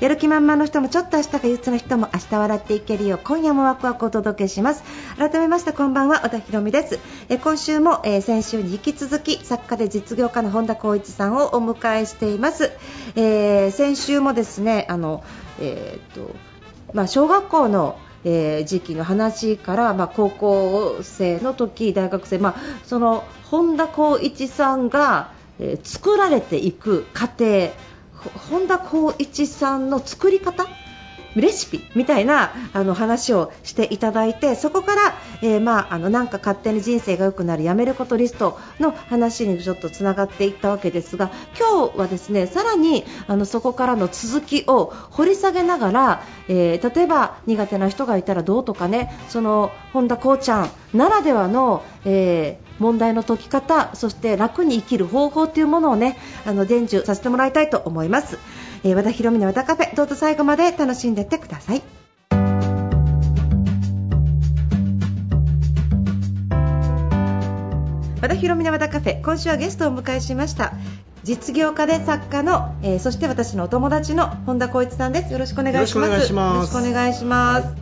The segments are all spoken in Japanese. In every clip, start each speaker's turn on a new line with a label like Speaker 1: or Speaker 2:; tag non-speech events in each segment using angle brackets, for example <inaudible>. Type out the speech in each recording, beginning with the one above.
Speaker 1: やる気満々の人もちょっと明日が憂鬱な人も明日笑っていけるよう今夜もワクワクお届けします改めましてこんばんは和田博美ですえ今週も、えー先週に引き続き作家で実業家の本田光一さんをお迎えしています、えー先週もですねあのえーっとまあ、小学校の、えー時期の話から、まあ、高校生の時、大学生、まあ、その本田光一さんが、えー作られていく過程ほ本田光一さんの作り方レシピみたいなあの話をしていただいてそこから、えーまあ、あのなんか勝手に人生が良くなるやめることリストの話にちょっとつながっていったわけですが今日はですねさらにあのそこからの続きを掘り下げながら、えー例えば苦手な人がいたらどうとかねその本田こうちゃんならではの、えー問題の解き方そして楽に生きる方法というものをねあの伝授させてもらいたいと思います、えー和田博美の和田カフェどうぞ最後まで楽しんでいってください和田博美の和田カフェ今週はゲストをお迎えしました実業家で作家の、えーそして私のお友達の本田光一さんですよろしくお願いします
Speaker 2: よろしくお願いします
Speaker 1: よろしくお願いします、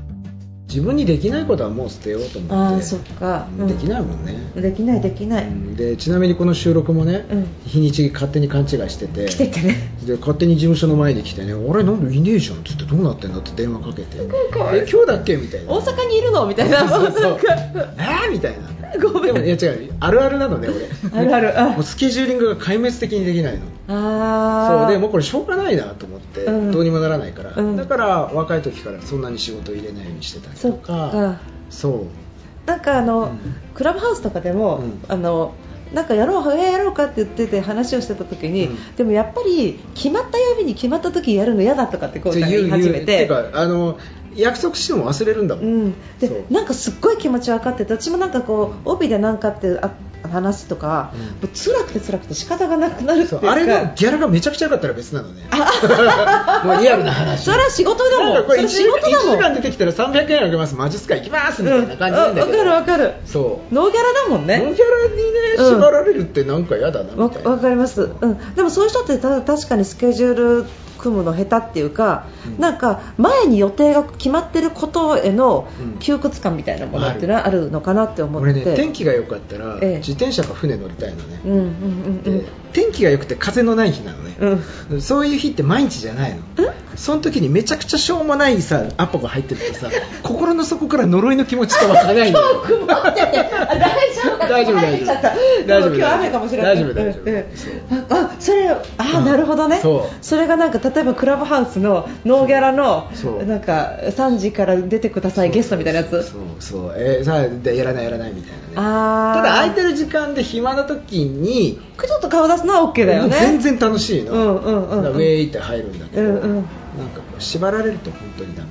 Speaker 2: 自分にできないことはもう捨てようと思
Speaker 1: あ
Speaker 2: っ
Speaker 1: ー
Speaker 2: て
Speaker 1: そっか
Speaker 2: うんできないもんね、
Speaker 1: できないできない、
Speaker 2: うんでちなみにこの収録もね、
Speaker 1: うん
Speaker 2: 日にち勝手に勘違いしてて
Speaker 1: 来ててね
Speaker 2: で勝手に事務所の前に来てね「俺なんでいねえじゃん」っつって「どうなってんだ」って電話かけて「え今日だっけ?」みたいな
Speaker 1: 大阪にいるのみたいな
Speaker 2: そうそう
Speaker 1: なんか
Speaker 2: えーみたいな
Speaker 1: ごめん
Speaker 2: でもいや違うあるあるなのね
Speaker 1: あるあるあ
Speaker 2: 俺もうスケジューリングが壊滅的にできないの
Speaker 1: <laughs> あー
Speaker 2: そうでもうこれしょうがないなと思って、
Speaker 1: うん
Speaker 2: どうにもならないから、
Speaker 1: うん
Speaker 2: だから若い時からそんなに仕事を入れないようにしてたり
Speaker 1: そ
Speaker 2: と
Speaker 1: っ
Speaker 2: か
Speaker 1: か
Speaker 2: そう
Speaker 1: なんかあの、
Speaker 2: うん
Speaker 1: クラブハウスとかでも、
Speaker 2: うん
Speaker 1: あのなんかやろう早やろうかって言ってて話をしてた時に、
Speaker 2: うん
Speaker 1: でもやっぱり決まった曜日に決まった時やるの嫌だとかってこう
Speaker 2: じゃあ
Speaker 1: 言い始め
Speaker 2: 言
Speaker 1: て
Speaker 2: う言うてかあの約束しても忘れるんだも、
Speaker 1: うんん、
Speaker 2: そ
Speaker 1: で
Speaker 2: う
Speaker 1: なんかすっごい気持ち分かってて私もなんかこう帯でなんかってあ話とか、
Speaker 2: うん
Speaker 1: もう辛くて辛くて仕方がなくなるって
Speaker 2: そ
Speaker 1: いう
Speaker 2: う
Speaker 1: か
Speaker 2: あれのギャラがめちゃくちゃ良かったら別なのね <laughs> もうリアルな話
Speaker 1: それは仕事だ
Speaker 2: なん
Speaker 1: も
Speaker 2: か
Speaker 1: ん
Speaker 2: こ
Speaker 1: そ
Speaker 2: れ
Speaker 1: れ
Speaker 2: 1
Speaker 1: 仕事だもん
Speaker 2: 時間出てきたら300円あげますマジっすか行きますみたいな感じなんだけど、
Speaker 1: うんあわかるわかる
Speaker 2: そう
Speaker 1: ノーギャラだもん
Speaker 2: ノン
Speaker 1: ね
Speaker 2: ギャラにね
Speaker 1: うん
Speaker 2: 縛られるってなんか嫌だな
Speaker 1: わ
Speaker 2: みたいな、
Speaker 1: わかります、うん、でもそういう人ってた確かにスケジュール組むの下手っていうか、
Speaker 2: うん
Speaker 1: なんか前に予定が決まってることへの
Speaker 2: うん
Speaker 1: 窮屈感みたいなものっていうのはあるのかなって思って、
Speaker 2: 俺ね天気が良かったら、
Speaker 1: ええ
Speaker 2: 自転車か船乗りたいのね
Speaker 1: う、んうんうん
Speaker 2: で天気が良くて風のない日なのね、
Speaker 1: うんうん
Speaker 2: そういう日って毎日じゃないのその時にめちゃくちゃしょうもないさアポが入ってるとさ <laughs> 心の底から呪いの気持ちって湧かないのよ
Speaker 1: 曇っててあ大丈夫か
Speaker 2: 大丈夫
Speaker 1: 晴れちゃった
Speaker 2: 大丈夫
Speaker 1: でも今日雨かもしれない
Speaker 2: 大丈夫大丈夫
Speaker 1: うんうんああそれあー、
Speaker 2: うん
Speaker 1: なるほどね
Speaker 2: そう
Speaker 1: れがなんか例えばクラブハウスのノーギャラの
Speaker 2: そう
Speaker 1: なんか3時から出てく <laughs> ださいゲストみたいなやつ
Speaker 2: そうそうえーさあでやらないやらないみたいなね
Speaker 1: あー
Speaker 2: ただ空いてる時間で暇な時に
Speaker 1: ちょっと顔出すのは OK だよね
Speaker 2: 全然楽しいの、
Speaker 1: うんうんうんうん
Speaker 2: だからウェイって入るんだけど、
Speaker 1: うんうん
Speaker 2: なんかこう縛られると本当にダメ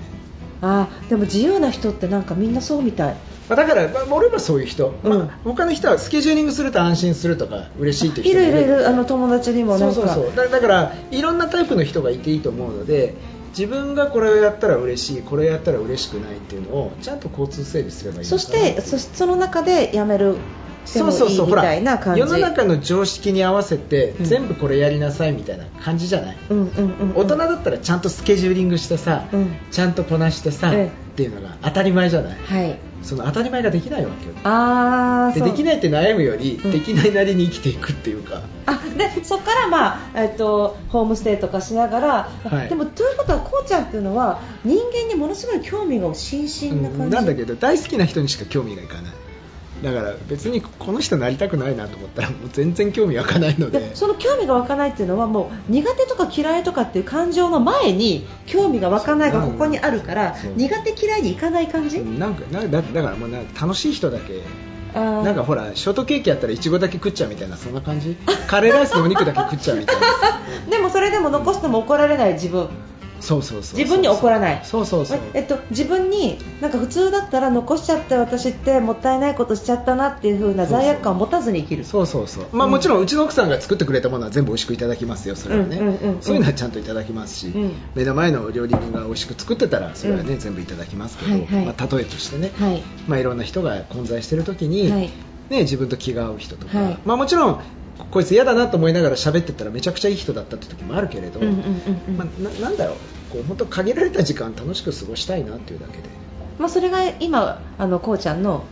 Speaker 1: あーでも自由な人ってなんかみんなそうみたい
Speaker 2: まあだから、まあ、俺はそういう人、
Speaker 1: うん
Speaker 2: まあ、他の人はスケジューリングすると安心するとか嬉しいっていう
Speaker 1: い
Speaker 2: 人も
Speaker 1: るいるいるあの友達にも
Speaker 2: そ
Speaker 1: な
Speaker 2: うんそう
Speaker 1: か
Speaker 2: そうだだからいろんなタイプの人がいていいと思うので自分がこれをやったら嬉しいこれやったら嬉しくないっていうのをちゃんと交通整理すればいいのか
Speaker 1: そ
Speaker 2: な
Speaker 1: してそその中で辞めるで
Speaker 2: そ
Speaker 1: も
Speaker 2: うそう
Speaker 1: いい
Speaker 2: そう
Speaker 1: み
Speaker 2: ほら
Speaker 1: たいな感じ
Speaker 2: 世の中の常識に合わせて
Speaker 1: うん
Speaker 2: 全部これやりなさいみたいな感じじゃない、
Speaker 1: うんうんうんうん
Speaker 2: 大人だったらちゃんとスケジューリングしてさ、
Speaker 1: うん
Speaker 2: ちゃんとこなしてさ、
Speaker 1: え
Speaker 2: っていうのが当たり前じゃない
Speaker 1: はい
Speaker 2: その当たり前ができないわけよ
Speaker 1: ああ
Speaker 2: でできないいって悩むより、
Speaker 1: うん
Speaker 2: できないなりに生きていくっていうか
Speaker 1: あでそこから、まあえっとホームステイとかしながら、
Speaker 2: はい
Speaker 1: でもということはこうちゃんっていうのは人間にものすごい興味が津々な感じ、
Speaker 2: うんなんだけど大好きな人にしか興味がいかないだから別にこの人なりたくないなと思ったらもう全然興味湧かないので
Speaker 1: でその興味が湧かないっていうのはもう苦手とか嫌いとかっていう感情の前に興味が湧かないがここにあるから
Speaker 2: そう
Speaker 1: 苦手嫌いにいかない感じ、
Speaker 2: うんなんかなんかだだからもうな楽しい人だけ
Speaker 1: あー
Speaker 2: なんかほらショートケーキやったらいちごだけ食っちゃうみたいなそんな感
Speaker 1: <laughs>
Speaker 2: じカレーライスのお肉だけ食っちゃうみたいな
Speaker 1: でもそれでも残しても怒られない自分
Speaker 2: そうそうそうそう
Speaker 1: 自分に怒らない
Speaker 2: そうそうそう
Speaker 1: ええっと、自分になんか普通だったら残しちゃって私ってもったいないことしちゃったなっていう風な罪悪感を持たずに生きる
Speaker 2: そうそうそう、まあ、
Speaker 1: うん
Speaker 2: もちろんうちの奥さんが作ってくれたものは全部美味しくいただきますよそれはね、
Speaker 1: うんうんうんうん
Speaker 2: そういうのはちゃんといただきますし、
Speaker 1: うん
Speaker 2: 目の前の料理人が美味しく作ってたらそれはね、
Speaker 1: うん
Speaker 2: 全部いただきますけど、
Speaker 1: はいはい
Speaker 2: まあ、例えとしてね、
Speaker 1: はい
Speaker 2: まあ、いろんな人が混在してる時に、
Speaker 1: はい
Speaker 2: ね、自分と気が合う人とか、
Speaker 1: はい
Speaker 2: まあ、もちろんこいつ嫌だなと思いながら喋ってたらめちゃくちゃいい人だったって時もあるけれど、
Speaker 1: うんうんうんうん
Speaker 2: まあ、ななんだろうこう本当限られた時間楽しく過ごしたいなっていうだけで、
Speaker 1: まあ、それが今あのこうちゃんの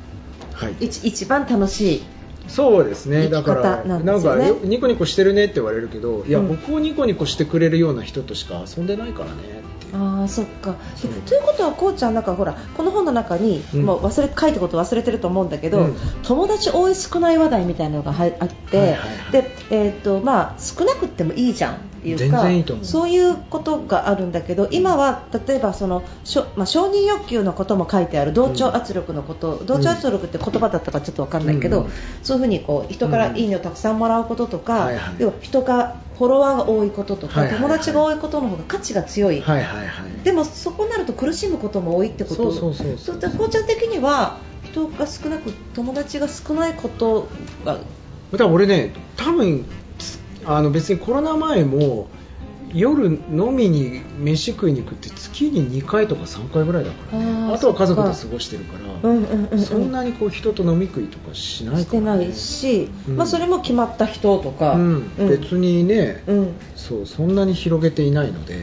Speaker 2: はい、
Speaker 1: 一一番楽しい
Speaker 2: そうですね
Speaker 1: 生
Speaker 2: だ
Speaker 1: き
Speaker 2: か
Speaker 1: 方
Speaker 2: ら
Speaker 1: なん
Speaker 2: な
Speaker 1: で
Speaker 2: ん
Speaker 1: すよ
Speaker 2: か
Speaker 1: ね
Speaker 2: よニコニコしてるねって言われるけどいや、
Speaker 1: うん
Speaker 2: 僕をニコニコしてくれるような人としか遊んでないからねっていう
Speaker 1: あーそっか
Speaker 2: そう
Speaker 1: ということはこうちゃんなんかほらこの本の中に、
Speaker 2: うん
Speaker 1: もう忘れ書いたこと忘れてると思うんだけど、
Speaker 2: うん
Speaker 1: 友達多い少ない話題みたいなのがはあって、
Speaker 2: はいはいはい
Speaker 1: でえーっとまあ、少なくってもいいじゃんっていうか
Speaker 2: 全然いいと思う
Speaker 1: そういうことがあるんだけど今は例えばそのしょ、まあ、承認欲求のことも書いてある同調圧力のこと、同調圧力って言葉だったかちょっとわかんないけど、
Speaker 2: うん
Speaker 1: そういうふうにこう人か
Speaker 2: う
Speaker 1: ら
Speaker 2: ん
Speaker 1: いいねをたくさんもらうこととか、
Speaker 2: はいはい
Speaker 1: 要は人がフォロワーが多いこととか、
Speaker 2: はいはいはい
Speaker 1: 友達が多いことの方が価値が強い
Speaker 2: はいはいはい
Speaker 1: でもそこになると苦しむことも多いってこと
Speaker 2: そうそうそう
Speaker 1: そ
Speaker 2: そうう
Speaker 1: だからこうちゃん的には人が少なく友達が少ないことが
Speaker 2: だから俺ね多分あの別にコロナ前も夜飲みに飯食いに行くって月に2回とか3回ぐらいだから
Speaker 1: あ
Speaker 2: ね
Speaker 1: ー
Speaker 2: あとは家族で
Speaker 1: そ
Speaker 2: 過
Speaker 1: っ
Speaker 2: ごしてるから、
Speaker 1: うんうんうんうん
Speaker 2: そんなにこう人と飲み食いとかしないから、
Speaker 1: して
Speaker 2: ね、
Speaker 1: ないし、
Speaker 2: うん
Speaker 1: まあ、それも決まった人とか、
Speaker 2: うん、別にね、
Speaker 1: うん
Speaker 2: そうそんなに広げていないので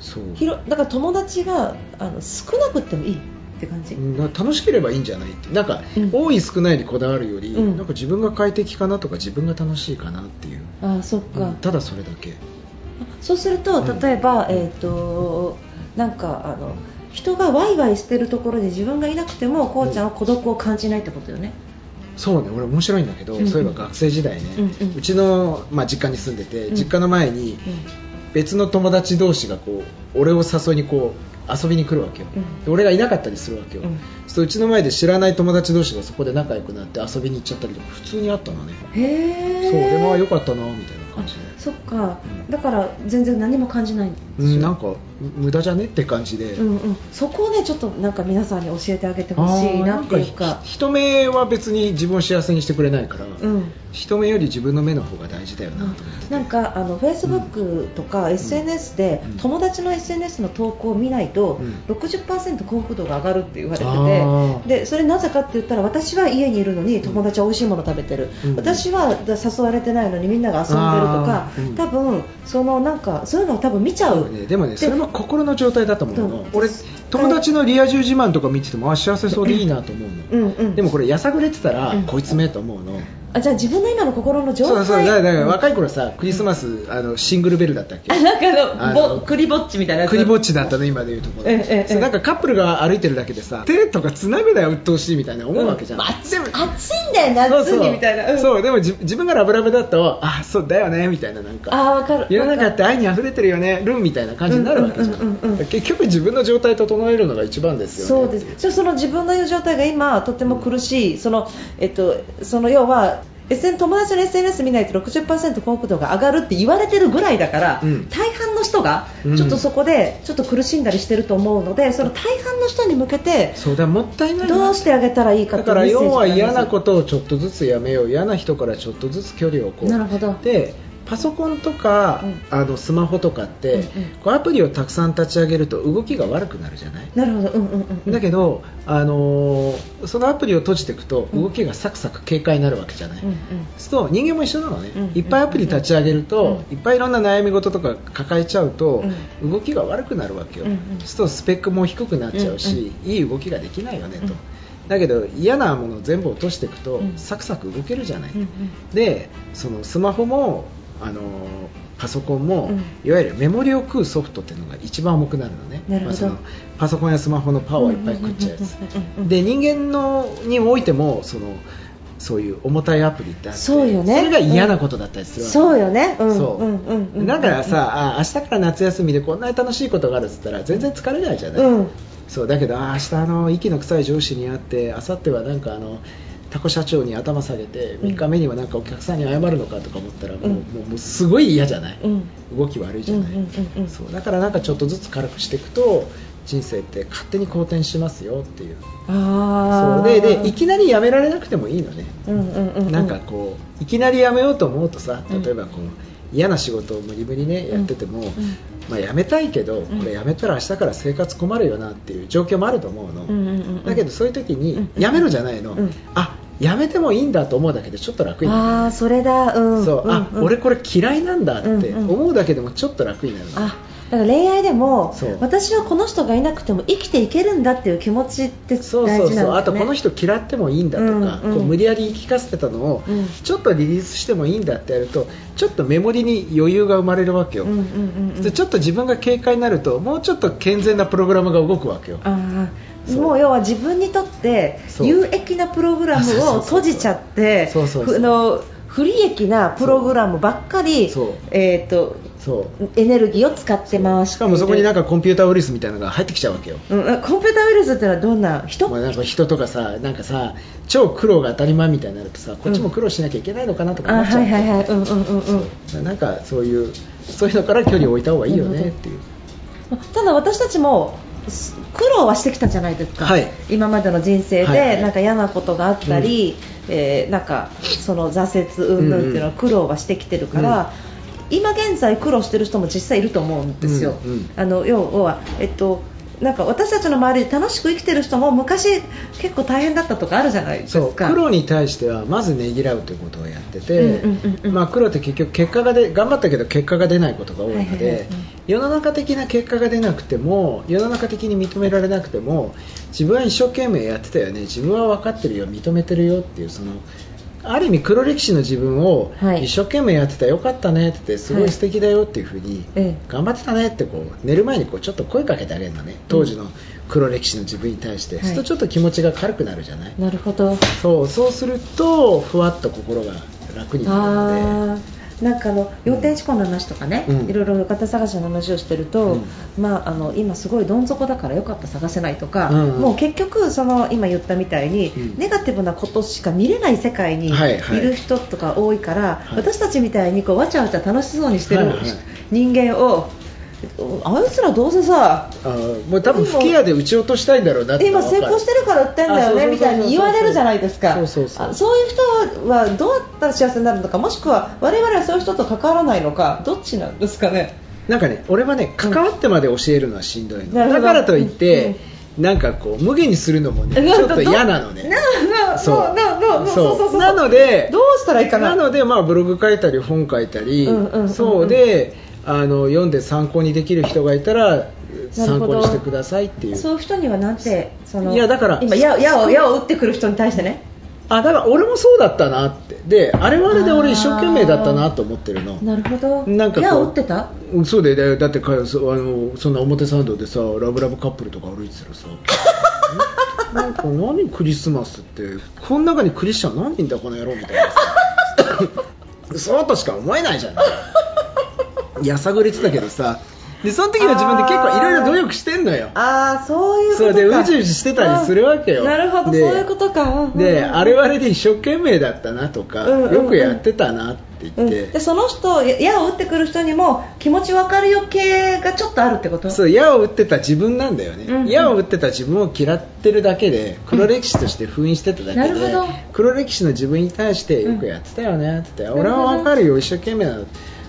Speaker 2: そう
Speaker 1: 広だから友達があの少なくってもいいって感じ、
Speaker 2: な楽しければいいんじゃないってなんか、
Speaker 1: うん
Speaker 2: 多い少ないにこだわるより、
Speaker 1: うん
Speaker 2: なんか自分が快適かなとか自分が楽しいかなっていう、
Speaker 1: ああそっか、
Speaker 2: うんただそれだけ
Speaker 1: そうすると
Speaker 2: うん
Speaker 1: 例えば、えっ、となんかあの人がワイワイしてるところで自分がいなくてもこうちゃんは孤独を感じないってことよね、
Speaker 2: そうね俺面白いんだけど、
Speaker 1: うん
Speaker 2: そういえば学生時代ね、
Speaker 1: う
Speaker 2: うん
Speaker 1: うん
Speaker 2: ちの、まあ、実家に住んでて、
Speaker 1: うん
Speaker 2: 実家の前に別の友達同士がこう俺を誘いにこう遊びに来るわけよ、
Speaker 1: うん
Speaker 2: で俺がいなかったりするわけよ、
Speaker 1: うん
Speaker 2: そううちの前で知らない友達同士がそこで仲良くなって遊びに行っちゃったりとか普通にあったのね、
Speaker 1: うんへえ
Speaker 2: そう俺は良かったなみたいな感じで、
Speaker 1: そっか
Speaker 2: うん
Speaker 1: だから全然何も感じないんです
Speaker 2: うん、
Speaker 1: よ
Speaker 2: なんか無駄じゃねって感じで、
Speaker 1: うんうん、そこをねちょっとなんか皆さんに教えてあげて
Speaker 2: あ
Speaker 1: ほしい
Speaker 2: ー
Speaker 1: なっていう
Speaker 2: な
Speaker 1: か
Speaker 2: んひ人目は別に自分を幸せにしてくれないから、
Speaker 1: うん
Speaker 2: 人目より自分の目の方が大事だよなと思ってて
Speaker 1: なんかあのフェイスブックとか SNS で、
Speaker 2: うん
Speaker 1: 友達の SNS の投稿を見ないと、
Speaker 2: うん
Speaker 1: 60%幸福度が上がるって言われ
Speaker 2: あー
Speaker 1: ててでそれなぜかって言ったら私は家にいるのに友達は美味しいもの食べてる、
Speaker 2: うん
Speaker 1: 私は誘われてないのにみんなが遊んでるとか
Speaker 2: あ、ーうん
Speaker 1: 多分そのなんかそういうのを多分見ちゃう、
Speaker 2: そうねでもねそれも心の状態だと思うの
Speaker 1: で
Speaker 2: 俺友達のリア充自慢とか見ててもあ幸せそうでいいなと思う
Speaker 1: う
Speaker 2: の、
Speaker 1: んうん、
Speaker 2: でもこれやさぐれてたら、
Speaker 1: うん
Speaker 2: こいつめと思うの
Speaker 1: あじゃあ自分の今の心の状態
Speaker 2: そうそうだからだか
Speaker 1: う
Speaker 2: ら
Speaker 1: ん
Speaker 2: 若い頃さクリスマス、あのシングルベルだったっけ
Speaker 1: あなんか
Speaker 2: あ
Speaker 1: あ
Speaker 2: の
Speaker 1: のぼクリぼっちみたいなやつ
Speaker 2: クリぼっちだったね今でいうところ、
Speaker 1: ええええ
Speaker 2: そうなんかカップルが歩いてるだけでさ手とかつなぐなよ鬱陶しいみたいな思うわけじゃん、
Speaker 1: うん暑
Speaker 2: でも
Speaker 1: 暑いんだよ夏にみたいなうん
Speaker 2: そうでもじ自分がラブラブだったらあそうだよねみたいななんか
Speaker 1: あーわかる
Speaker 2: 世の中って愛に溢れてるよねルンみたいな感じになるわけじゃん,、
Speaker 1: うんうんうんうんうん
Speaker 2: 結局自分の状態整えるのが一番ですよ
Speaker 1: そう
Speaker 2: ね
Speaker 1: ですじゃあその自分の状態が今とても苦しいそのえっとその要は SN 友達の SNS 見ないと60%幸福度が上がるって言われてるぐらいだから、
Speaker 2: うん
Speaker 1: 大半の人が
Speaker 2: うん
Speaker 1: ちょっとそこでちょっと苦しんだりしてると思うので、その大半の人に向けて
Speaker 2: そうだもったいないな
Speaker 1: どうしてあげたらいいかっ
Speaker 2: だ
Speaker 1: てい
Speaker 2: か
Speaker 1: う
Speaker 2: ら
Speaker 1: メッセージ
Speaker 2: 要は嫌な
Speaker 1: と
Speaker 2: ことをちょっとずつやめよう嫌な人からちょっとずつ距離を置こう
Speaker 1: なるほど
Speaker 2: でパソコンとか、
Speaker 1: うん
Speaker 2: あのスマホとかって、
Speaker 1: うんうん
Speaker 2: こうアプリをたくさん立ち上げると動きが悪くなるじゃない
Speaker 1: なるほどうんうんうんうん
Speaker 2: だけど、あのーそのアプリを閉じていくと
Speaker 1: うん
Speaker 2: 動きがサクサク軽快になるわけじゃない、
Speaker 1: うんうん
Speaker 2: そう人間も一緒なのね、
Speaker 1: うん
Speaker 2: いっぱいアプリ立ち上げると、いっぱいいろんな悩み事とか抱えちゃうと、動きが悪くなるわけよ、
Speaker 1: うんうん
Speaker 2: そうするとスペックも低くなっちゃうし、いい動きができないよねと、
Speaker 1: うん
Speaker 2: だけど嫌なものを全部落としていくと、
Speaker 1: うん
Speaker 2: サクサク動けるじゃない、
Speaker 1: うんうん
Speaker 2: でそのスマホも、あのーパソコンも、
Speaker 1: うん
Speaker 2: いわゆるメモリを食うソフトっていうのが一番重くなるのね
Speaker 1: なるほど
Speaker 2: まあそのパソコンやスマホのパワーをいっぱい食っちゃうやつ
Speaker 1: うんうんうんうんうん
Speaker 2: で人間のにおいてもそのそういう重たいアプリってあって
Speaker 1: そうよね
Speaker 2: れが嫌なことだったりするわけ、
Speaker 1: そうよねうん
Speaker 2: そう
Speaker 1: うんうんうん
Speaker 2: だからさ、あ明日から夏休みでこんなに楽しいことがあるっつったら全然疲れないじゃない、
Speaker 1: うん
Speaker 2: そうだけどあ明日あの息の臭い上司に会って明後日はなんかあのタコ社長に頭下げて
Speaker 1: うん
Speaker 2: 3日目にはなんかお客さんに謝るのかとか思ったらもう,、
Speaker 1: うん
Speaker 2: もうもうすごい嫌じゃない、
Speaker 1: うん
Speaker 2: 動き悪いじゃない、
Speaker 1: うんうんうんうん
Speaker 2: そうだからなんかちょっとずつ軽くしていくと人生って勝手に好転しますよっていう
Speaker 1: ああ
Speaker 2: そうででいきなりやめられなくてもいいのね、
Speaker 1: うんうんうんうん
Speaker 2: なんかこういきなり辞めようと思うとさ
Speaker 1: うん
Speaker 2: 例えばこう、嫌な仕事を無理無理ねやってても、
Speaker 1: ん
Speaker 2: まあ、辞めたいけど、
Speaker 1: ん
Speaker 2: これ辞めたら明日から生活困るよなっていう状況もあると思うの、
Speaker 1: うんうんうんうん
Speaker 2: だけどそういう時
Speaker 1: う
Speaker 2: に
Speaker 1: ん
Speaker 2: 辞めろじゃないの、
Speaker 1: うん
Speaker 2: あ辞めてもいいんだと思うだけでちょっと楽になる
Speaker 1: ああそれだうん
Speaker 2: そう、あ
Speaker 1: んん
Speaker 2: 俺これ嫌いなんだって
Speaker 1: うんうん
Speaker 2: 思うだけでもちょっと楽になるの、
Speaker 1: あだから恋愛でも
Speaker 2: そう
Speaker 1: 私はこの人がいなくても生きていけるんだっていう気持ちって大事
Speaker 2: そう
Speaker 1: なんだ
Speaker 2: そ
Speaker 1: よ
Speaker 2: う
Speaker 1: ね
Speaker 2: そう、あとこの人嫌ってもいいんだとか、
Speaker 1: うんうん
Speaker 2: こう無理やり言い聞かせてたのを
Speaker 1: うん
Speaker 2: ちょっとリリースしてもいいんだってやるとちょっとメモリに余裕が生まれるわけよ、
Speaker 1: うんうんうんうん
Speaker 2: でちょっと自分が警戒になるともうちょっと健全なプログラムが動くわけよ
Speaker 1: ああ
Speaker 2: そう
Speaker 1: もう要は自分にとって
Speaker 2: そう
Speaker 1: 有益なプログラム
Speaker 2: そうそう
Speaker 1: を
Speaker 2: そうそう
Speaker 1: 閉じちゃって
Speaker 2: そうそうそ
Speaker 1: ふあ
Speaker 2: う
Speaker 1: の不利益なプログラムばっかり
Speaker 2: そう
Speaker 1: えー、と
Speaker 2: そう
Speaker 1: エネルギーを使って回して
Speaker 2: しかもそこになん
Speaker 1: か、
Speaker 2: かコンピューターウイルスみたいなのが入ってきちゃうわけよ
Speaker 1: うん、あコンピューターウイルスってのはどんな人、
Speaker 2: まあ、なんか人とかさなんかさ超苦労が当たり前みたいになるとさこっちも苦労しなきゃいけないのかなとか
Speaker 1: あ
Speaker 2: 思っちゃ
Speaker 1: は
Speaker 2: う
Speaker 1: いはいはいうんうんうんうん
Speaker 2: そうなんかそういうそういうのから距離を置いた方がいいよねっていう、
Speaker 1: ただ私たちもす苦労はしてきたじゃないですか、
Speaker 2: はい
Speaker 1: 今までの人生で、
Speaker 2: はいはい
Speaker 1: なんか嫌なことがあったり、えーなんかその挫折うんぬんっていうのは苦労はしてきてるから、今現在苦労してる人も実際いると思うんですよ、
Speaker 2: うんうん
Speaker 1: あの要は、えっとなんか私たちの周りで楽しく生きてる人も昔結構大変だったとかあるじゃないです
Speaker 2: そう
Speaker 1: か
Speaker 2: 苦労に対してはまずねぎらうということをやってて、
Speaker 1: うんうんうんうん
Speaker 2: まあ、苦労って結局結果がで頑張ったけど結果が出ないことが多い
Speaker 1: はい
Speaker 2: ので、
Speaker 1: はいはいうん
Speaker 2: 世の中的な結果が出なくても世の中的に認められなくても自分は一生懸命やってたよね自分は分かってるよ認めてるよっていうそのある意味黒歴史の自分を
Speaker 1: はい
Speaker 2: 一生懸命やってたよかったねって言ってすご
Speaker 1: はい
Speaker 2: い素敵だよっていうふうに
Speaker 1: ええ
Speaker 2: 頑張ってたねってこう寝る前にこうちょっと声かけてあげるのね当時の黒歴史の自分に対して、
Speaker 1: はい
Speaker 2: そうするとちょっと気持ちが軽くなるじゃない、
Speaker 1: なるほど
Speaker 2: そうそうするとふわっと心が楽になるので
Speaker 1: あーなんかあの要点思考の話とかね、
Speaker 2: うん
Speaker 1: いろいろ方探しの話をしてると、
Speaker 2: う
Speaker 1: まあ、あの今すごいどん底だからよかった探せないとか、
Speaker 2: うんうん
Speaker 1: もう結局その今言ったみたいに、
Speaker 2: うん
Speaker 1: ネガティブなことしか見れない世界にい
Speaker 2: はいはい
Speaker 1: る人とか多いから、
Speaker 2: はい
Speaker 1: 私たちみたいにこうわちゃわちゃ楽しそうにしてる
Speaker 2: はいはい
Speaker 1: 人間を、あいつらどうせさ
Speaker 2: あーもう多分吹き矢で撃ち落としたいんだろうなって
Speaker 1: 今成功してるから売ってんだよ
Speaker 2: あ
Speaker 1: ね
Speaker 2: そうそうそうそう
Speaker 1: みたいに言われるじゃないですか
Speaker 2: そうそうそう
Speaker 1: あそういう人はどうやったら幸せになるのかもしくは我々はそういう人と関わらないのかどっちなんですかね
Speaker 2: なんかね俺はね関わってまで教えるのはしんどいの、
Speaker 1: なるほど
Speaker 2: だからといって、なんかこう無限にするのもねちょっと嫌なのね
Speaker 1: ななな
Speaker 2: そう
Speaker 1: なななそうそう
Speaker 2: そ
Speaker 1: そうう
Speaker 2: なので
Speaker 1: どうしたらいいかな
Speaker 2: なので、まあ、ブログ書いたり本書いたり、
Speaker 1: うんうんうんうん
Speaker 2: そうであの読んで参考にできる人がいたら
Speaker 1: ど
Speaker 2: 参考にしてくださいっていう
Speaker 1: そういう人にはなんてその
Speaker 2: いやだから
Speaker 1: 今矢を矢を矢を打ってくる人に対してね
Speaker 2: あだから俺もそうだったなってであれはあれで俺一生懸命だったなと思ってるの
Speaker 1: なるほど
Speaker 2: なんかこう
Speaker 1: 矢を打ってた
Speaker 2: うんそうだよだってかそあのそんな表参道でさラブラブカップルとか歩いてたら <laughs> さんなんか何クリスマスってこの中にクリスチャン何人だこの野郎みたいなさそうとしか思えないじゃないやさぐれてたけどさでその時の自分で結構いろいろ努力してんのよ
Speaker 1: ああそういうこと
Speaker 2: そ
Speaker 1: か
Speaker 2: うでうじうじしてたりするわけよ
Speaker 1: あーなるほどそう
Speaker 2: で
Speaker 1: いうことかうんうん
Speaker 2: であれはあれで一生懸命だったなとか、
Speaker 1: うんうんうん
Speaker 2: よくやってたなって言
Speaker 1: うん
Speaker 2: って、
Speaker 1: でその人や矢を打ってくる人にも気持ち分かるよ系がちょっとあるってこと
Speaker 2: そう矢を打ってた自分なんだよね、
Speaker 1: うんうん
Speaker 2: 矢を打ってた自分を嫌ってるだけで黒歴史として封印してただけで、
Speaker 1: なるほど
Speaker 2: 黒歴史の自分に対してよくやってたよねって、
Speaker 1: ん
Speaker 2: 俺は分かるよ一生懸命なの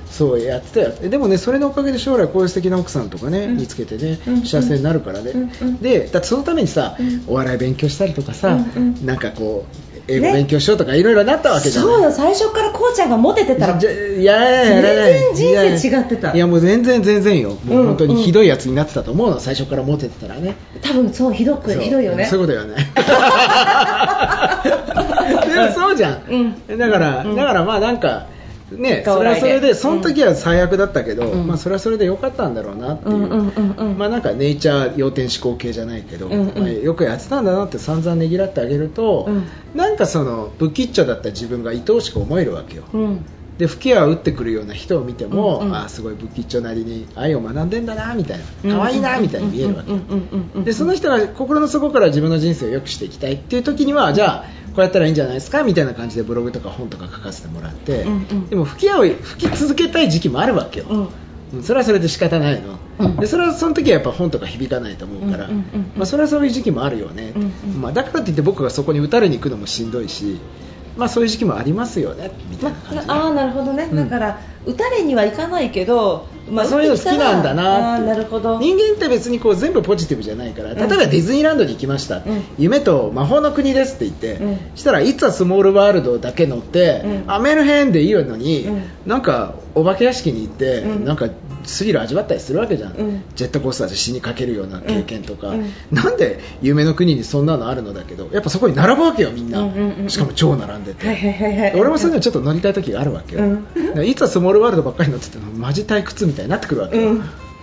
Speaker 2: そうやってたよでもねそれのおかげで将来こういう素敵な奥さんとかね、
Speaker 1: うん
Speaker 2: 見つけてね、
Speaker 1: うんうん
Speaker 2: 幸せになるからね、
Speaker 1: うんうん
Speaker 2: でだってそのためにさ、
Speaker 1: うん
Speaker 2: お笑い勉強したりとかさ、
Speaker 1: うんうん
Speaker 2: なんかこう英語
Speaker 1: ね
Speaker 2: 勉強しようとかいろいろなったわけじゃない
Speaker 1: そうよ最初からこうちゃんがモテてたら
Speaker 2: じゃいやいやいやいや
Speaker 1: 全然人生違ってた
Speaker 2: いやもう全然全然よも
Speaker 1: う
Speaker 2: うん本当にひどいやつになってたと思うの最初からモテてたらね
Speaker 1: 多分そうひどく
Speaker 2: そう
Speaker 1: ひどいよね
Speaker 2: そういう
Speaker 1: <laughs>
Speaker 2: ことよねでもそうじゃん、だから、だからまあなんかね
Speaker 1: 顔
Speaker 2: それ
Speaker 1: 笑
Speaker 2: はい
Speaker 1: で
Speaker 2: それでその時は最悪だったけど、
Speaker 1: うん
Speaker 2: まあそれはそれで良かったんだろうなっていう,、
Speaker 1: うんうんうんうん
Speaker 2: まあなんかネイチャー要点思考系じゃないけど、
Speaker 1: うんうん
Speaker 2: まあよくやってたんだなって散々ねぎらってあげると、
Speaker 1: うん
Speaker 2: なんかその不吉祥だった自分が愛おしく思えるわけよ、
Speaker 1: うん
Speaker 2: で吹き矢を打ってくるような人を見ても、
Speaker 1: うんうん
Speaker 2: ああすごい不吉祥なりに愛を学んでんだなみたいな可愛いなみたいに見えるわけ
Speaker 1: うんうんうんうんうんうんうん
Speaker 2: でその人が心の底から自分の人生を良くしていきたいっていう時にはじゃあこうやったらいいんじゃないですかみたいな感じでブログとか本とか書かせてもらって、
Speaker 1: うんうん
Speaker 2: でも吹き合い吹き続けたい時期もあるわけよ、
Speaker 1: うん
Speaker 2: うんそれはそれで仕方ないの、
Speaker 1: うん
Speaker 2: でそれはその時はやっぱ本とか響かないと思うから、
Speaker 1: うんうんうんうん
Speaker 2: まあ、それはそういう時期もあるよね、
Speaker 1: うんうん
Speaker 2: まあ、だからといって僕がそこに打たれに行くのもしんどいし、まあ、そういう時期もありますよねみたい
Speaker 1: ま
Speaker 2: な感じで、
Speaker 1: ああーなるほどね、
Speaker 2: うん
Speaker 1: だから打たれにはいかないけど、
Speaker 2: まあ、そういうの好きなんだな
Speaker 1: あ
Speaker 2: っ
Speaker 1: ー
Speaker 2: て
Speaker 1: なるほど
Speaker 2: 人間って別にこう全部ポジティブじゃないから例えば
Speaker 1: うん
Speaker 2: ディズニーランドに行きました、
Speaker 1: うん
Speaker 2: 夢と魔法の国ですって言って、
Speaker 1: うん
Speaker 2: したら「いつはスモールワールド」だけ乗って、
Speaker 1: うん
Speaker 2: アメルヘンでいいのに、
Speaker 1: うん
Speaker 2: なんかお化け屋敷に行って、
Speaker 1: うん
Speaker 2: なんかスリル味わったりするわけじゃん、
Speaker 1: うん
Speaker 2: ジェットコースターで死にかけるような経験とか、
Speaker 1: うんうん
Speaker 2: なんで夢の国にそんなのあるのだけどやっぱそこに並ぶわけよみんな、
Speaker 1: うんうんうん
Speaker 2: しかも超並んでて、
Speaker 1: はいはいはいはい
Speaker 2: <laughs> 俺もそういうのちょっと乗りたい時があるわけよ、
Speaker 1: うん
Speaker 2: だからいつはスモールワールドばっかり乗っててもマジ退屈みたいになってくるわけよ、
Speaker 1: うん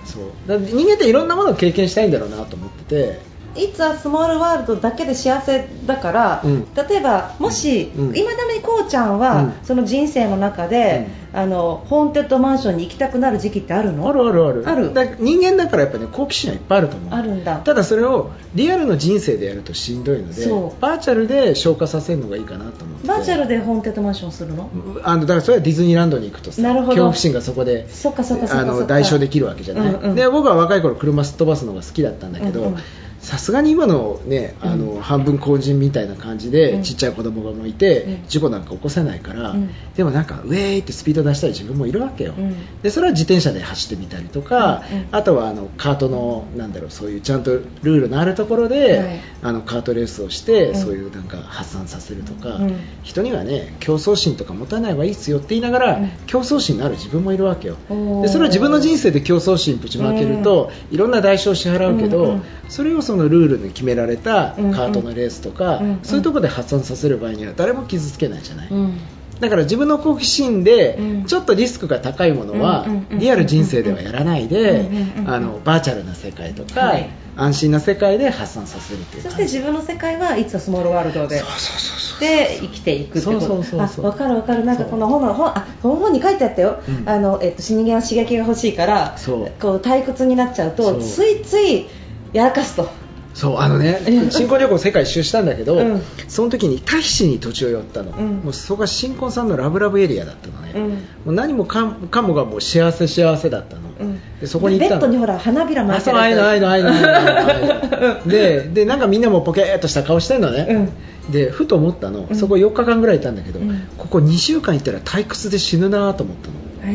Speaker 2: そうだから人間っていろんなものを経験したいんだろうなと思ってて
Speaker 1: いつはスモールワールドだけで幸せだから、
Speaker 2: うん
Speaker 1: 例えばもし、
Speaker 2: うん
Speaker 1: 今だめにこうちゃんは、
Speaker 2: うん
Speaker 1: その人生の中で、あのホーンテッドマンションに行きたくなる時期ってあるの
Speaker 2: あるあるある
Speaker 1: ある
Speaker 2: だから人間だからやっぱね好奇心はいっぱいあると思う
Speaker 1: あるんだ
Speaker 2: ただそれをリアルの人生でやるとしんどいので
Speaker 1: そう
Speaker 2: バーチャルで消化させるのがいいかなと思って
Speaker 1: バーチャルでホーンテッドマンションするの、
Speaker 2: あのだからそれはディズニーランドに行くとさ
Speaker 1: なるほど
Speaker 2: 恐怖心がそこで
Speaker 1: そっかそっかそっかそっか
Speaker 2: あの代償できるわけじゃない、
Speaker 1: うんうん
Speaker 2: で僕は若い頃車すっ飛ばすのが好きだったんだけ
Speaker 1: うんう
Speaker 2: ど
Speaker 1: ん
Speaker 2: さすがに今の,、ねあの
Speaker 1: う
Speaker 2: 半分公人みたいな感じで、
Speaker 1: うん
Speaker 2: ちっちゃい子供がもいて、
Speaker 1: うん
Speaker 2: 事故なんか起こせないから、
Speaker 1: うん
Speaker 2: でもなんかウェーイってスピード出したい自分もいるわけよ、
Speaker 1: うん
Speaker 2: でそれは自転車で走ってみたりとか、
Speaker 1: うんうん
Speaker 2: あとはあのカートのなんだろうそういうちゃんとルールのあるところで、
Speaker 1: はい
Speaker 2: あのカートレースをして、
Speaker 1: うん
Speaker 2: そういうなんか発散させるとか、
Speaker 1: うん
Speaker 2: 人にはね競争心とか持たない方がいいですよって言いながら、
Speaker 1: うん
Speaker 2: 競争心のある自分もいるわけよ
Speaker 1: おー
Speaker 2: でそれは自分の人生で競争心ぶちまけると、いろんな代償を支払うけど、
Speaker 1: うんうん
Speaker 2: それをそのルールに決められたカートのレースとか、
Speaker 1: うんうん
Speaker 2: そういうところで発散させる場合には誰も傷つけないじゃない、
Speaker 1: うん
Speaker 2: だから自分の好奇心で
Speaker 1: うん
Speaker 2: ちょっとリスクが高いものは
Speaker 1: うんうんうんうん
Speaker 2: リアル人生ではやらないで
Speaker 1: うんうんうん
Speaker 2: あのバーチャルな世界とか、
Speaker 1: はい
Speaker 2: 安心な世界で発散させるっていう
Speaker 1: そし
Speaker 2: 感
Speaker 1: て
Speaker 2: じ
Speaker 1: 自分の世界はいつはスモールワールドで
Speaker 2: そうそうそう
Speaker 1: で生きていくってこと
Speaker 2: そうそうそうそう
Speaker 1: あわかるわかるなんかこの本の本あこの本に書いてあったよ、
Speaker 2: うん
Speaker 1: あのえっと死人間は刺激が欲しいから
Speaker 2: そう
Speaker 1: こう退屈になっちゃう
Speaker 2: そ
Speaker 1: と
Speaker 2: う
Speaker 1: ついついやらかすと
Speaker 2: そうあのね
Speaker 1: うん
Speaker 2: 新婚旅行世界一周したんだけど、
Speaker 1: うん
Speaker 2: その時にタヒシに土地を寄ったの、
Speaker 1: うん
Speaker 2: もうそこが新婚さんのラブラブエリアだったのね、
Speaker 1: うん
Speaker 2: もう何もかもかもがもう幸せ幸せだったの、
Speaker 1: うん
Speaker 2: でそこに行
Speaker 1: ベ
Speaker 2: った
Speaker 1: ッド
Speaker 2: の
Speaker 1: にほら花びら巻い
Speaker 2: あ
Speaker 1: て
Speaker 2: そうああいうのああいうのああいうのああいうのああいう
Speaker 1: う
Speaker 2: のででなんかみんなもポケーっとした顔してるのね、でふと思ったの、
Speaker 1: うん
Speaker 2: そこ4日間ぐらいいたんだけど、
Speaker 1: うん
Speaker 2: ここ2週間行ったら退屈で死ぬなと思ったの、
Speaker 1: へ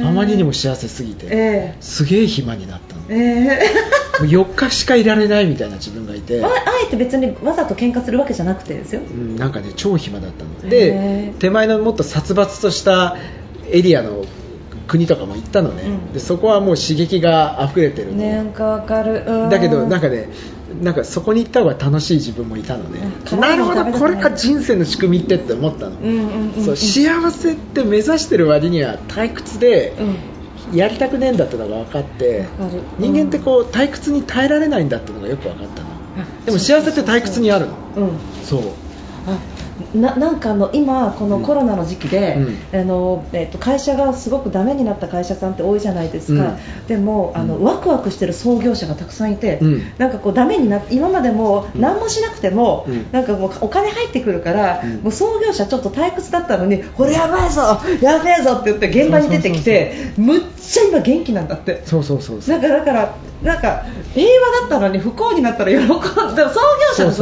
Speaker 1: ー
Speaker 2: あまりにも幸せすぎて、
Speaker 1: え
Speaker 2: すげえ暇になったの、
Speaker 1: ええ
Speaker 2: <laughs> 4日しかいられないみたいな自分がいて
Speaker 1: えああえて別にわざと喧嘩するわけじゃなくてですよ
Speaker 2: うん、なんかね超暇だったの
Speaker 1: へ
Speaker 2: で
Speaker 1: ー
Speaker 2: 手前のもっと殺伐としたエリアの国とかも行ったのね、
Speaker 1: うん
Speaker 2: でそこはもう刺激が溢れてるの、
Speaker 1: なんかわかるうん
Speaker 2: だけどなんかねなんかそこに行った方が楽しい自分もいたのね
Speaker 1: うん
Speaker 2: なるほど
Speaker 1: 辛いの食べたくない
Speaker 2: これが人生の仕組みってって思ったの、
Speaker 1: うんうんうん
Speaker 2: そう幸せって目指してる割には退屈で
Speaker 1: うん
Speaker 2: やりたくねえんだってのが分かって
Speaker 1: わかる
Speaker 2: 人間ってこう退屈に耐えられないんだってのがよく分かったの
Speaker 1: あ
Speaker 2: でも幸せって退屈にあるの
Speaker 1: うん
Speaker 2: そう
Speaker 1: あななんかあの今、このコロナの時期で、あのえっと会社がすごくダメになった会社さんって多いじゃないですか、でもあの、ワクワクしてる創業者がたくさんいて、
Speaker 2: うん
Speaker 1: なんかこうダメになっ今までもう何もしなくても、
Speaker 2: うん
Speaker 1: なんかもうお金入ってくるから、
Speaker 2: うん
Speaker 1: もう創業者ちょっと退屈だったのにこれやばいぞ、やべえぞって言って現場に出てきてむっちゃ今元気なんだって。
Speaker 2: そうそうそうそ
Speaker 1: な
Speaker 2: う
Speaker 1: んかだからなんか平和だったのに不幸になったら喜んで創業者もそうですよ
Speaker 2: そうそ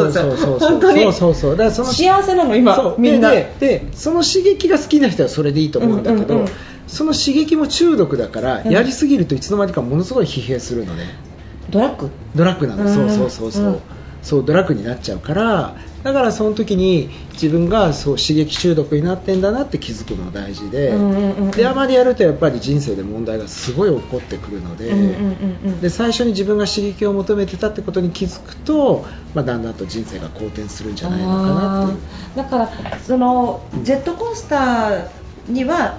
Speaker 2: うそうそう
Speaker 1: 本当に
Speaker 2: そうそうそうだからその
Speaker 1: 幸せなの
Speaker 2: そ
Speaker 1: 今
Speaker 2: う
Speaker 1: みんな
Speaker 2: でででその刺激が好きな人はそれでいいと思うんだけど、
Speaker 1: うんうんうん
Speaker 2: その刺激も中毒だから、
Speaker 1: うん
Speaker 2: やりすぎるといつの間にかものすごい疲弊するのね
Speaker 1: ドラッグ
Speaker 2: ドラッグなの、
Speaker 1: うん
Speaker 2: そうそうそうそう、
Speaker 1: うん
Speaker 2: そうドラッグになっちゃうからだからその時に自分がそう刺激中毒になってんだなって気づくのが大事で、
Speaker 1: うんうんうんうん
Speaker 2: であまりやるとやっぱり人生で問題がすごい起こってくるので、
Speaker 1: うんうんうんうん
Speaker 2: で最初に自分が刺激を求めてたってことに気づくと、まあ、だんだんと人生が好転するんじゃないのかなっていう。
Speaker 1: あーだからそのジェットコースタ <laughs> ーには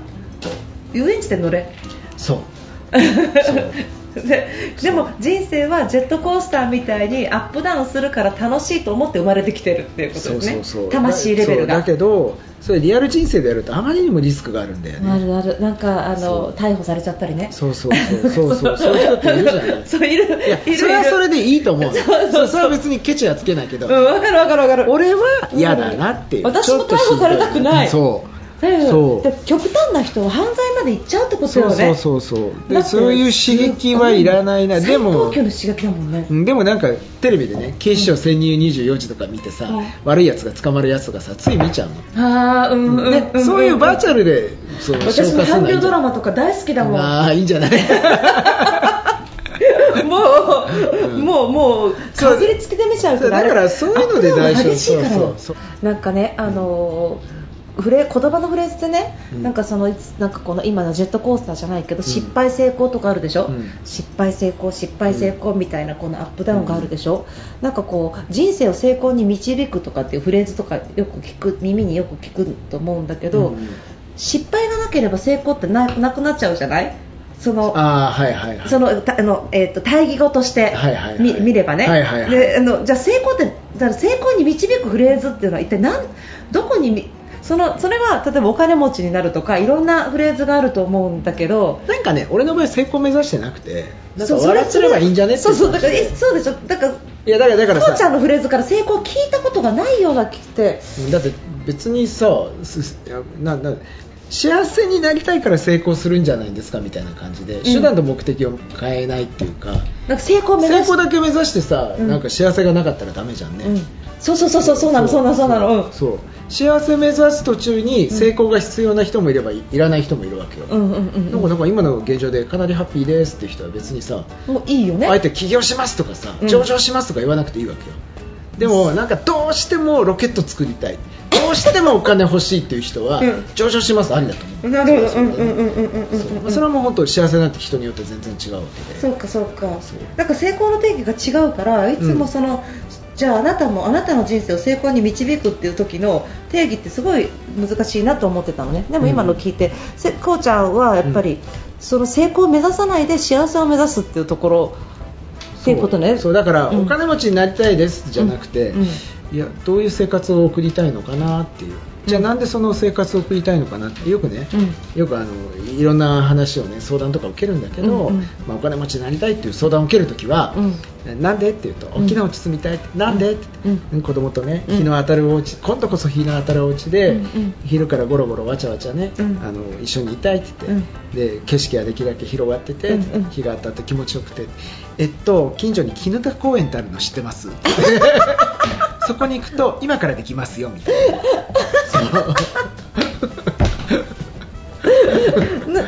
Speaker 1: 遊園地で乗れ
Speaker 2: そうそう
Speaker 1: ででも人生はジェットコースターみたいにアップダウンするから楽しいと思って生まれてきてるっていうこと
Speaker 2: そう
Speaker 1: ですね
Speaker 2: そうそう
Speaker 1: 魂レベル
Speaker 2: そう
Speaker 1: が
Speaker 2: だけどそれリアル人生でやるとあまりにもリスクがあるんだよね、
Speaker 1: あるあるなんかあ
Speaker 2: そ
Speaker 1: の逮捕されちゃったりね
Speaker 2: そうそうそうそうそうそういう人っているじゃない
Speaker 1: <laughs> そういる
Speaker 2: いや
Speaker 1: いる
Speaker 2: それはい
Speaker 1: る
Speaker 2: それでいいと思うの
Speaker 1: そうそうそう
Speaker 2: それは別にケチはつけないけど、
Speaker 1: うん、わかるわかるわかる
Speaker 2: 俺は嫌だなっていう、
Speaker 1: うん私も
Speaker 2: ちょっと
Speaker 1: 逮
Speaker 2: しんど
Speaker 1: 捕されたくない
Speaker 2: そ
Speaker 1: そ
Speaker 2: うそうう
Speaker 1: で極端な人は犯罪まで行っちゃうってこと
Speaker 2: そ
Speaker 1: よ
Speaker 2: う
Speaker 1: ね
Speaker 2: そう
Speaker 1: う
Speaker 2: そうそう
Speaker 1: だ
Speaker 2: で
Speaker 1: って
Speaker 2: そういう刺激はいらないなで
Speaker 1: 最
Speaker 2: も
Speaker 1: 高級の刺激だもんね
Speaker 2: うんでもなんかテレビでね警視庁潜入24時とか見てさ、
Speaker 1: うん
Speaker 2: 悪いやつが捕まるやつとかさつい見ちゃうの、
Speaker 1: ああうんうん、
Speaker 2: ね
Speaker 1: ん
Speaker 2: そういうバーチャルでそう
Speaker 1: 私も韓流ドラ
Speaker 2: マ
Speaker 1: マとか大好きだもん
Speaker 2: ああいいんじゃない
Speaker 1: <laughs> もう、
Speaker 2: うん
Speaker 1: もう、もう、
Speaker 2: そう
Speaker 1: かじりつきで見ちゃう
Speaker 2: そうだからそういうので大丈夫
Speaker 1: 激しいから
Speaker 2: そうそう
Speaker 1: なんかね、あのーフレ言葉のフレーズでね、
Speaker 2: うん
Speaker 1: なんかそのいつなんかこの今のジェットコースターじゃないけど、
Speaker 2: ん
Speaker 1: 失敗成功とかあるでしょ、
Speaker 2: うん
Speaker 1: 失敗成功失敗成功みたいなこのアップダウンがあるでしょ、なんかこう人生を成功に導くとかっていうフレーズとかよく聞く耳によく聞くと思うんだけど、
Speaker 2: うん
Speaker 1: 失敗がなければ成功ってななくなっちゃうじゃないその
Speaker 2: ああはいはいは
Speaker 1: <laughs>
Speaker 2: い
Speaker 1: そのたあの、えー、と対義語として
Speaker 2: はいはいはい
Speaker 1: み見ればね、
Speaker 2: はいはいはい
Speaker 1: であのじゃあ成功ってだから成功に導くフレーズっていうのは一体なんどこにみそのそれは例えばお金持ちになるとかいろんなフレーズがあると思うんだけど
Speaker 2: なんかね俺の場合成功目指してなくてなんか
Speaker 1: そうそれ
Speaker 2: 笑ってればいいんじゃねって
Speaker 1: そうそうだからえ
Speaker 2: い
Speaker 1: そうでしょだから
Speaker 2: やだからだから
Speaker 1: 父ちゃん
Speaker 2: さ
Speaker 1: のフレーズから成功を聞いたことがないような気って
Speaker 2: だって別にさすいやなな幸せになりたいから成功するんじゃないんですかみたいな感じで、手段と目的を変えないっていうか
Speaker 1: なんか成功を目指
Speaker 2: 成
Speaker 1: して
Speaker 2: 功だけ目指してさ、
Speaker 1: うん
Speaker 2: なんか幸せがなかったらダメじゃんね、
Speaker 1: うん、そうそうそうそうそうなのそうなのそうなの
Speaker 2: そう幸せ目指す途中に成功が必要な人もいればいいらない人もいるわけよ、
Speaker 1: うんうんうんうん
Speaker 2: なんかなんか今の現状でかなりハッピーですって人は別にさ、
Speaker 1: もういいよね
Speaker 2: あえて起業しますとかさ
Speaker 1: うん
Speaker 2: 上場しますとか言わなくていいわけよ、でもなんかどうしてもロケット作りたいどうしてもお金欲しいっていう人は、
Speaker 1: うん
Speaker 2: 上場しますありだと思う
Speaker 1: なるほどうんうんうんうんうんうん
Speaker 2: そうまあそれはもう本当幸せなんて人によって全然違うわけで
Speaker 1: そうかそうか
Speaker 2: そう
Speaker 1: なんか成功の定義が違うからいつもその、じゃああなたもあなたの人生を成功に導くっていう時の定義ってすごい難しいなと思ってたのねでも今の聞いて、せこうちゃんはやっぱり、その成功を目指さないで幸せを目指すっていうところっていうことね
Speaker 2: そうだから
Speaker 1: うん
Speaker 2: お金持ちになりたいですじゃなくて、
Speaker 1: うんうん
Speaker 2: いやどういう生活を送りたいのかなっていうじゃあなんでその生活を送りたいのかなってよくね、よくあのいろんな話をね相談とか受けるんだけど、
Speaker 1: うんうん
Speaker 2: まあ、お金持ちになりたいっていう相談を受けるときは、
Speaker 1: うん
Speaker 2: なんでって言うと
Speaker 1: ん
Speaker 2: 大きなお家住みたいって、なんでって、
Speaker 1: うん
Speaker 2: 子供とね
Speaker 1: うん
Speaker 2: 日の当たるお家、今度こそ日の当たるお家で、
Speaker 1: うんうん
Speaker 2: 昼からゴロゴロわちゃわちゃね、
Speaker 1: うん
Speaker 2: あの一緒にいたいって言って、で景色ができるだけ広がってて、
Speaker 1: うんうん
Speaker 2: 日が当たって気持ちよくてえっと近所に絹田公園ってあるの知ってます
Speaker 1: <laughs>
Speaker 2: そこに行くと今からできますよみたいな。そう
Speaker 1: うんな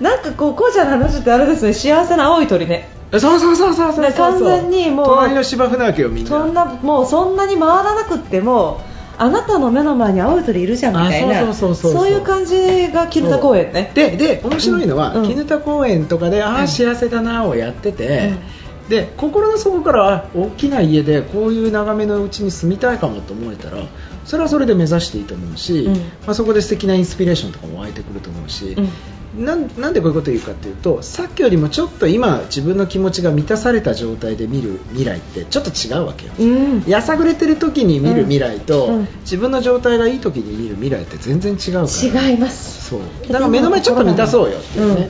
Speaker 1: なんかこうこうちゃんの話ってあれですね幸せな青い鳥ね
Speaker 2: そうそうそうそうそうそう
Speaker 1: 完全にもう
Speaker 2: 隣の芝生なわけよみんな
Speaker 1: そんなもうそんなに回らなくってもあなたの目の前に青い鳥いるじゃんみたいな
Speaker 2: あそうそうそうそう
Speaker 1: いう感じが絹田公園ね
Speaker 2: でで面白いのは、
Speaker 1: うん
Speaker 2: 絹田公園とかであ
Speaker 1: う
Speaker 2: あ
Speaker 1: ん
Speaker 2: 幸せだなをやってて、で心の底からあ大きな家でこういう眺めのうちに住みたいかもと思えたらそれはそれで目指していいと思うし、
Speaker 1: うん
Speaker 2: まあ、そこで素敵なインスピレーションとかも湧いてくると思うし、なんなんでこういうことを言うかっていうとさっきよりもちょっと今自分の気持ちが満たされた状態で見る未来ってちょっと違うわけよ、
Speaker 1: うん、
Speaker 2: やさぐれてる時に見る未来と、
Speaker 1: うんうん
Speaker 2: 自分の状態がいい時に見る未来って全然違うから
Speaker 1: 違います
Speaker 2: そうだから目の前ちょっと満たそうよっていうね、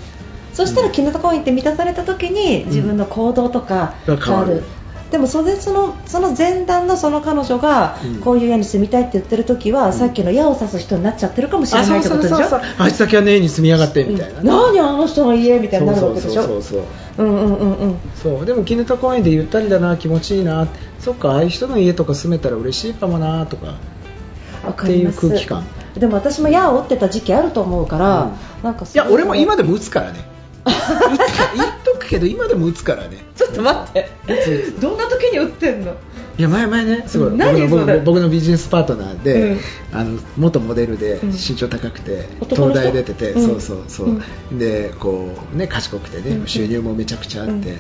Speaker 1: うん、そしたら絹田公園って満たされた時に自分の行動とか変
Speaker 2: が変
Speaker 1: わ
Speaker 2: わ
Speaker 1: る、
Speaker 2: る
Speaker 1: でもそれそのその前段のその彼女が
Speaker 2: うん
Speaker 1: こういう家に住みたいって言ってる時は、さっきの矢を指す人になっちゃってるかもしれ
Speaker 2: あ
Speaker 1: な
Speaker 2: そ
Speaker 1: いうって
Speaker 2: そ
Speaker 1: こと
Speaker 2: う
Speaker 1: でしょ
Speaker 2: そうそうあいつだけはねに住みやがってみたいな、
Speaker 1: うん何あの人の家みたいになるわけでしょ
Speaker 2: そうそうそうそう
Speaker 1: うんうんうんうん
Speaker 2: そうでも絹田公園でゆったりだな気持ちいいなそっかああいう人の家とか住めたら嬉しいかもなとか
Speaker 1: わかります
Speaker 2: っていう空気感
Speaker 1: でも私も矢を折ってた時期あると思うから、
Speaker 2: うん
Speaker 1: なんか
Speaker 2: いや俺も今
Speaker 1: で
Speaker 2: <laughs> でも打つからね打つ言っとくけど今でも打つからね
Speaker 1: ちょっと待って <laughs> どんな時に売ってんの
Speaker 2: いや前前ねすごい僕
Speaker 1: 何
Speaker 2: の僕
Speaker 1: それ
Speaker 2: の僕のビジネスパートナーで、
Speaker 1: うん
Speaker 2: あの元モデルで
Speaker 1: ん
Speaker 2: 身長高くて、
Speaker 1: 男の人
Speaker 2: 東大出てて、
Speaker 1: うん
Speaker 2: そうそうそう、でこうね賢くてね、
Speaker 1: うん
Speaker 2: 収入もめちゃくちゃあって、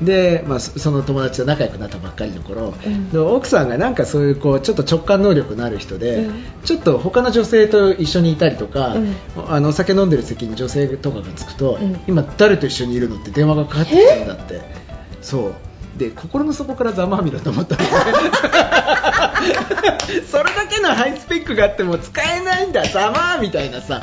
Speaker 2: でまあ、そその友達と仲良くなったばっかりの頃、で奥さんがなんかそういうこうちょっと直感能力のある人で、
Speaker 1: うん
Speaker 2: ちょっと他の女性と一緒にいたりとか、
Speaker 1: うん
Speaker 2: あのお酒飲んでる席に女性とかがつくと、
Speaker 1: うん
Speaker 2: 今誰と一緒にいるのって電話がかかってきたんだってそうで心の底からざまあみだと思ったんだ <laughs> よねそれだけのハイスペックがあっても使えないんだ、ざまーみたいなさ。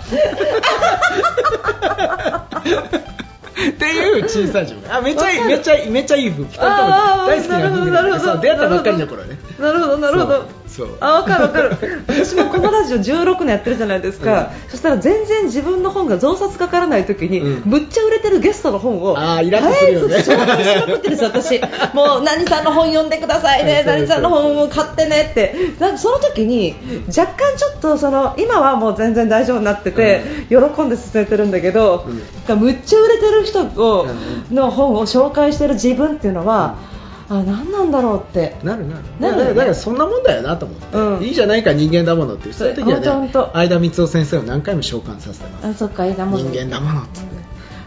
Speaker 2: っていう小さい自分あめちゃいいめちゃいいめちゃいい夫婦二人とも
Speaker 1: あー
Speaker 2: 大好きな夫婦
Speaker 1: なるほどなるほ
Speaker 2: で
Speaker 1: ど
Speaker 2: そう出会ったばっかりの頃ね
Speaker 1: なるほどなるほど
Speaker 2: そうそう
Speaker 1: あ分かる
Speaker 2: <laughs>
Speaker 1: 分かる私もこのラジオ16年やってるじゃないですか、そしたら全然自分の本が増刷かからない時に、
Speaker 2: うん
Speaker 1: むっちゃ売れてるゲストの本を
Speaker 2: あーイラッとするよね
Speaker 1: 絶対紹介しまくってるんですよ私もう何さんの本読んでくださいね
Speaker 2: そうそうそ
Speaker 1: 何
Speaker 2: う
Speaker 1: さんの本を買ってねってなんかその時に若干ちょっとその今はもう全然大丈夫になってて、喜んで進めてるんだけど、
Speaker 2: うん
Speaker 1: だからむっちゃ売れてる人を、
Speaker 2: う
Speaker 1: の本を紹介してる自分っていうのは、あ何なんだろうって
Speaker 2: なるなる
Speaker 1: な
Speaker 2: だ
Speaker 1: るよね
Speaker 2: からだからそんなもんだよなと思って、
Speaker 1: うん
Speaker 2: いいじゃないか人間だものってそういう時はね
Speaker 1: ほんとほんと
Speaker 2: 相田光夫先生を何回も召喚させてます
Speaker 1: あそっかいいなもう
Speaker 2: 人間だものって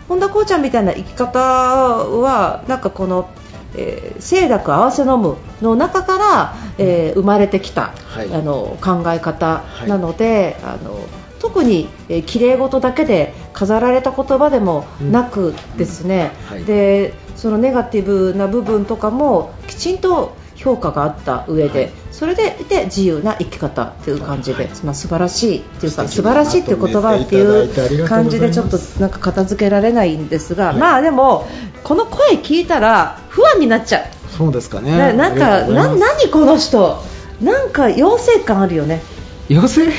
Speaker 1: 本田こうちゃんみたいな生き方はなんかこの、えー、清濁合わせ飲むの中から、えー生まれてきた、
Speaker 2: はい
Speaker 1: あの考え方なので、あの特に、えー、綺麗事だけで飾られた言葉でもなくですね、
Speaker 2: うんうんはい
Speaker 1: でそのネガティブな部分とかもきちんと評価があった上で、
Speaker 2: はい
Speaker 1: それでいて自由な生き方という感じで、
Speaker 2: はい
Speaker 1: まあ、素晴らしいっていうか
Speaker 2: 素
Speaker 1: 素
Speaker 2: 敵
Speaker 1: 晴
Speaker 2: な
Speaker 1: らしいっていう言葉っていう感じでちょっと
Speaker 2: まとめていただいてありがとうございます
Speaker 1: なんか片付けられないんですが、
Speaker 2: はい
Speaker 1: まあでもこの声聞いたら不安になっちゃう、
Speaker 2: そうですかね
Speaker 1: ななん
Speaker 2: ありが
Speaker 1: か
Speaker 2: とうござい
Speaker 1: な
Speaker 2: ます
Speaker 1: 何この人なんか妖精感あるよね
Speaker 2: 妖精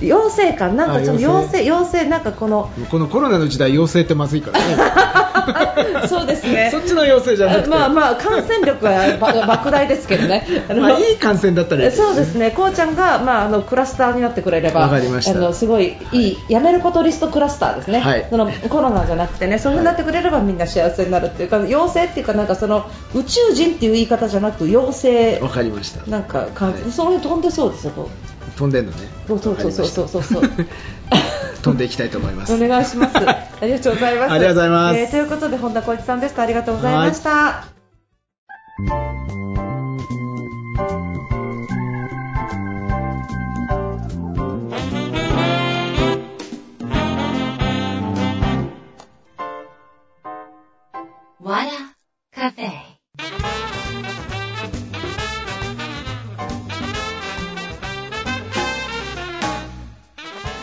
Speaker 1: 妖精感なんかちょっと
Speaker 2: あ
Speaker 1: 妖精
Speaker 2: 妖
Speaker 1: 妖精なんかこ
Speaker 2: <laughs>
Speaker 1: の
Speaker 2: このコロナの時代妖精ってまずいからね
Speaker 1: そうです <laughs> ね
Speaker 2: そっちの妖精じゃなくて、
Speaker 1: まあ
Speaker 2: ま
Speaker 1: まあ感染力はば莫大ですけどねあ
Speaker 2: あ
Speaker 1: の
Speaker 2: いい感染だったらいい
Speaker 1: そうですね、こうちゃんが、まあ、あのクラスターになってくれれば、
Speaker 2: わかりました
Speaker 1: あのすごいいい、やめることリストクラスターですね、
Speaker 2: はい
Speaker 1: そのコロナじゃなくてね、そんなになってくれればみんな幸せになるっていうか、妖精っていうか、なんかその宇宙人っていう言い方じゃなく、妖精
Speaker 2: わかりました
Speaker 1: なんか感じ、
Speaker 2: はい
Speaker 1: その辺飛んでそうですよ、こ
Speaker 2: 飛んでんのね
Speaker 1: うそうそうそうそうそうそう
Speaker 2: わかりました飛んでいきたいと思いま
Speaker 1: <laughs>
Speaker 2: す
Speaker 1: お願いします。ありがとうございます。
Speaker 2: ありがとうございます
Speaker 1: えーということで、本田浩一さんでした。ありがとうございました。
Speaker 3: What a cafe.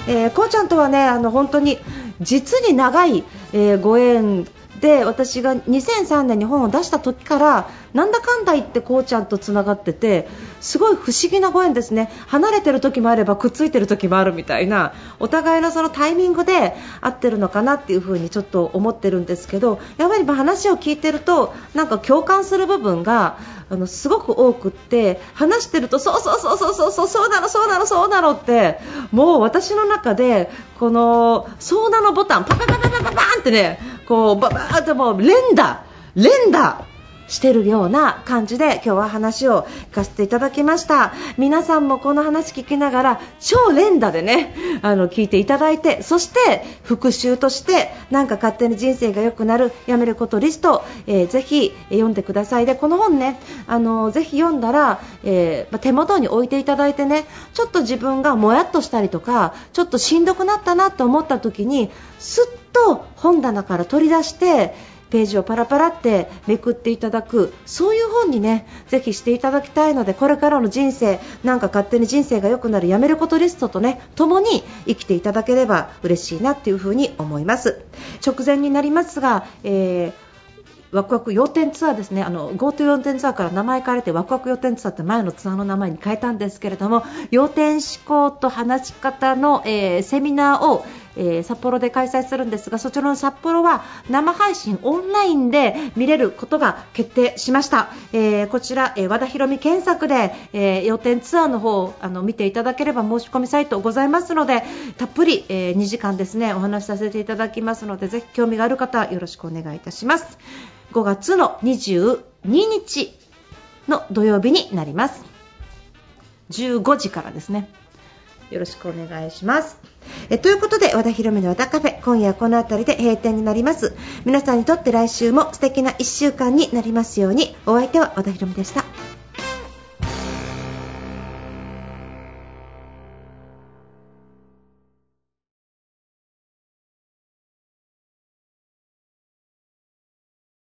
Speaker 1: えー、こうちゃんとはねあの本当に実に長い、えーご縁で私が2003年に本を出した時からなんだかんだ言ってこうちゃんとつながっててすごい不思議なご縁ですね離れてる時もあればくっついてる時もあるみたいなお互いのそのタイミングで合ってるのかなっていう風にちょっと思ってるんですけどやはりまあ話を聞いてるとなんか共感する部分があのすごく多くって話してるとそうそうそうそうそうそうそうなのそうなのそうなのってもう私の中でこのそうなのボタンパパパパパパパーンってねこうババーってもう連打連打してるような感じで今日は話を聞かせていただきました皆さんもこの話聞きながら超連打でねあの聞いていただいてそして復習としてなんか勝手に人生が良くなるやめることリスト、えーぜひ読んでくださいでこの本ねあのぜひ読んだら、えーまあ手元に置いていただいてねちょっと自分がもやっとしたりとかちょっとしんどくなったなと思った時にすっと本棚から取り出してページをパラパラってめくっていただくそういう本にねぜひしていただきたいのでこれからの人生なんか勝手に人生が良くなるやめることリストとね共に生きていただければ嬉しいなっていうふうに思います直前になりますが、えーワクワク要点ツアーですね、あの GoTo 要点ツアーから名前変えて、ワクワク要点ツアーって前のツアーの名前に変えたんですけれども、要点思考と話し方の、えーセミナーをえー札幌で開催するんですがそちらの札幌は生配信オンラインで見れることが決定しました、えーこちら、えー和田博美検索で、えー予定ツアーの方をあの見ていただければ申し込みサイトございますのでたっぷり、え2時間ですねお話しさせていただきますのでぜひ興味がある方はよろしくお願いいたします5月の22日の土曜日になります15時からですねよろしくお願いします。えということで、和田博美の和田カフェ、今夜はこの辺りで閉店になります。皆さんにとって来週も素敵な1週間になりますように、お相手は和田博美でした。